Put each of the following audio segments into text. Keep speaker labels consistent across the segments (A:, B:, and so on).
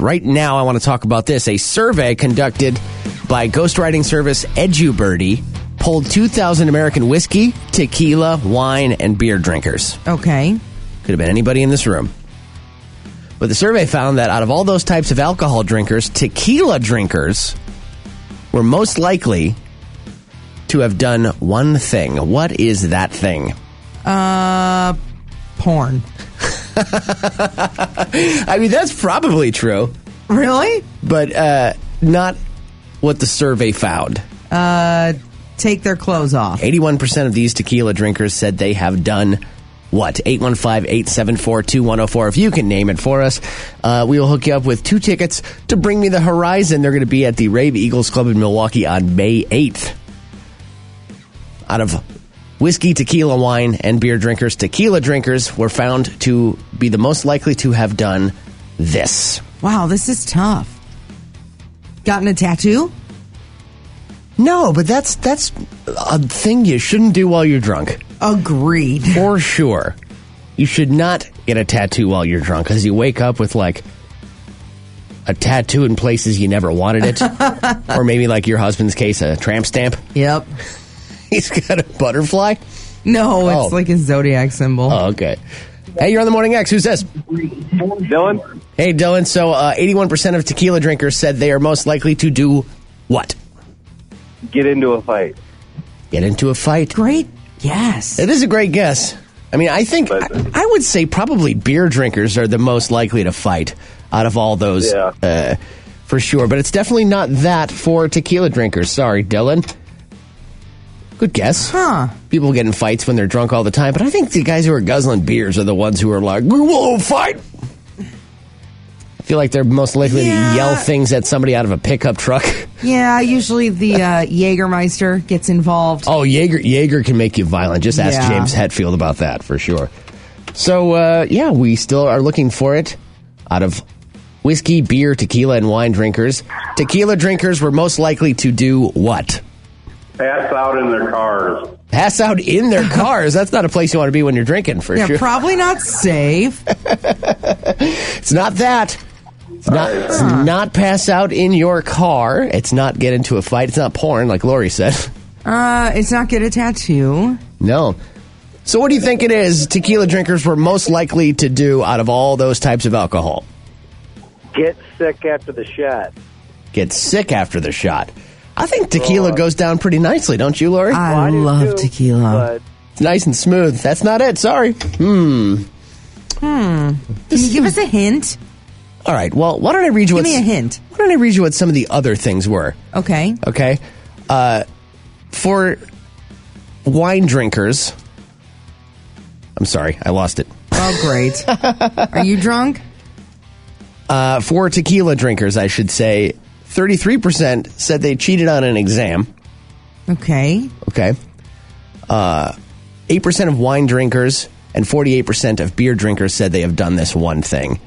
A: Right now, I want to talk about this. A survey conducted by ghostwriting service EduBirdie polled 2,000 American whiskey, tequila, wine, and beer drinkers.
B: Okay.
A: Could have been anybody in this room. But the survey found that out of all those types of alcohol drinkers, tequila drinkers were most likely to have done one thing. What is that thing?
B: Uh, porn.
A: I mean, that's probably true,
B: Really?
A: but uh, not what the survey found.
B: Uh, take their clothes off.
A: 81% of these tequila drinkers said they have done what? 815 874 2104. If you can name it for us, uh, we will hook you up with two tickets to Bring Me the Horizon. They're going to be at the Rave Eagles Club in Milwaukee on May 8th. Out of whiskey, tequila, wine, and beer drinkers, tequila drinkers were found to be the most likely to have done this.
B: Wow, this is tough. Gotten a tattoo?
A: No, but that's that's a thing you shouldn't do while you're drunk.
B: Agreed.
A: for sure, you should not get a tattoo while you're drunk because you wake up with like a tattoo in places you never wanted it, or maybe like your husband's case, a tramp stamp.
B: Yep.
A: He's got a butterfly.
B: No,
A: Oh.
B: it's like a zodiac symbol.
A: Oh, okay. Hey, you're on the morning X. Who's this?
C: Dylan,
A: Hey, Dylan. So, uh, 81% of tequila drinkers said they are most likely to do what?
C: get into a fight.
A: Get into a fight.
B: Great. Yes.
A: It is a great guess. I mean, I think I, I would say probably beer drinkers are the most likely to fight out of all those,
C: Yeah.
A: uh, for sure. But it's definitely not that for tequila drinkers. Sorry, Dylan. Good guess.
B: Huh.
A: People get in fights when they're drunk all the time, but I think the guys who are guzzling beers are the ones who are like, "We will fight." I feel like they're most likely
B: Yeah.
A: to yell things at somebody out of a pickup truck.
B: Yeah, usually the uh, Jägermeister gets involved.
A: Oh, Jaeger Jaeger can make you violent. Just ask
B: Yeah.
A: James Hetfield about that for sure. So uh, yeah, we still are looking for it. Out of whiskey, beer, tequila, and wine drinkers, tequila drinkers were most likely to do what?
C: Pass out in their cars.
A: Pass out in their cars. That's not a place you want to be when you're drinking for
B: yeah,
A: sure.
B: probably not safe.
A: it's not that. It's not, it's
B: Uh.
A: not pass out in your car. It's not get into a fight. It's not porn, like Lori said.
B: Uh, it's not get a tattoo.
A: No. So, what do you think it is tequila drinkers were most likely to do out of all those types of alcohol?
C: Get sick after the shot.
A: Get sick after the shot. I think tequila goes down pretty nicely, don't you, Lori?
B: I
C: Well, do
B: love
C: too,
B: tequila.
C: But
A: it's nice and smooth. That's not it. Sorry.
B: Can you give us a hint?
A: All right. Well, why don't I read you?
B: Give me
A: what's-
B: a hint.
A: Why don't I read you what some of the other things were?
B: Okay.
A: Okay. Uh, for wine drinkers, I'm sorry, I lost it.
B: Oh, great. Are you drunk?
A: Uh, for tequila drinkers, I should say, 33% said they cheated on an exam.
B: Okay.
A: Okay. Uh, 8% of wine drinkers and 48% of beer drinkers said they have done this one thing.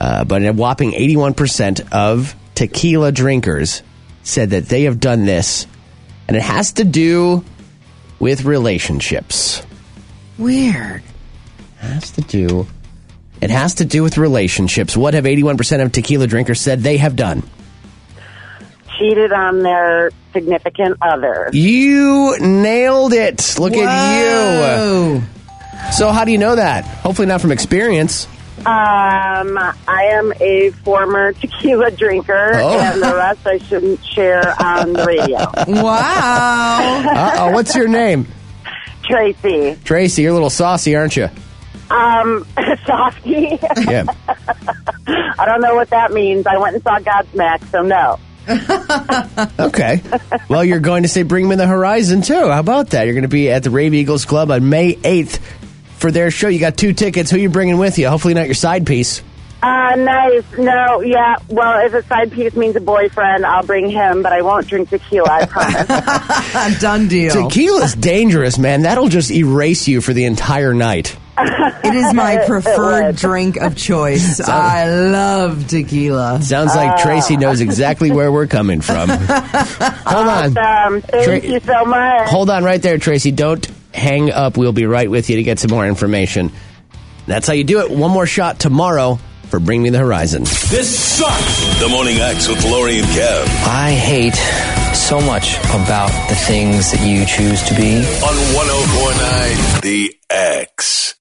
A: Uh, but a whopping 81% of tequila drinkers said that they have done this, and it has to do with relationships.
B: Weird.
A: Has to do. It has to do with relationships. What have 81% of tequila drinkers said they have done?
D: cheated on their significant other.
A: You nailed it. Look at you.
B: Whoa.
A: So, how do you know that? Hopefully, not from experience.
D: Um, I am a former tequila drinker,
A: Oh.
D: and the rest I shouldn't share on the radio.
B: Wow.
A: Uh oh, what's your name?
D: Tracy,
A: Tracy, you're a little saucy, aren't you?
D: um, softy.
A: Yeah.
D: I don't know what that means. I went and saw Godsmack, so no.
A: Okay. Well, you're going to say Bring Me the Horizon, too. How about that? You're going to be at the Rave Eagles Club on May 8th for their show. You got two tickets. Who you bringing with you? Hopefully, not your side piece.
D: Uh, nice. No, yeah. Well, if a side piece means a boyfriend, I'll bring him, but I won't drink tequila. I promise.
B: Done deal.
A: Tequila's dangerous, man. That'll just erase you for the entire night.
B: It is my preferred
D: was.
B: drink of choice. I love tequila.
A: Sounds like Tracy knows exactly where we're coming from. Hold on.
D: um, thank
A: Tra-
D: you so much.
A: Hold on right there, Tracy. Don't hang up. We'll be right with you to get some more information. That's how you do it. One more shot tomorrow for Bring Me the Horizon.
E: This sucks. The Morning X with Lori and Kev
F: I hate so much about the things that you choose to be.
E: on 1049 The X.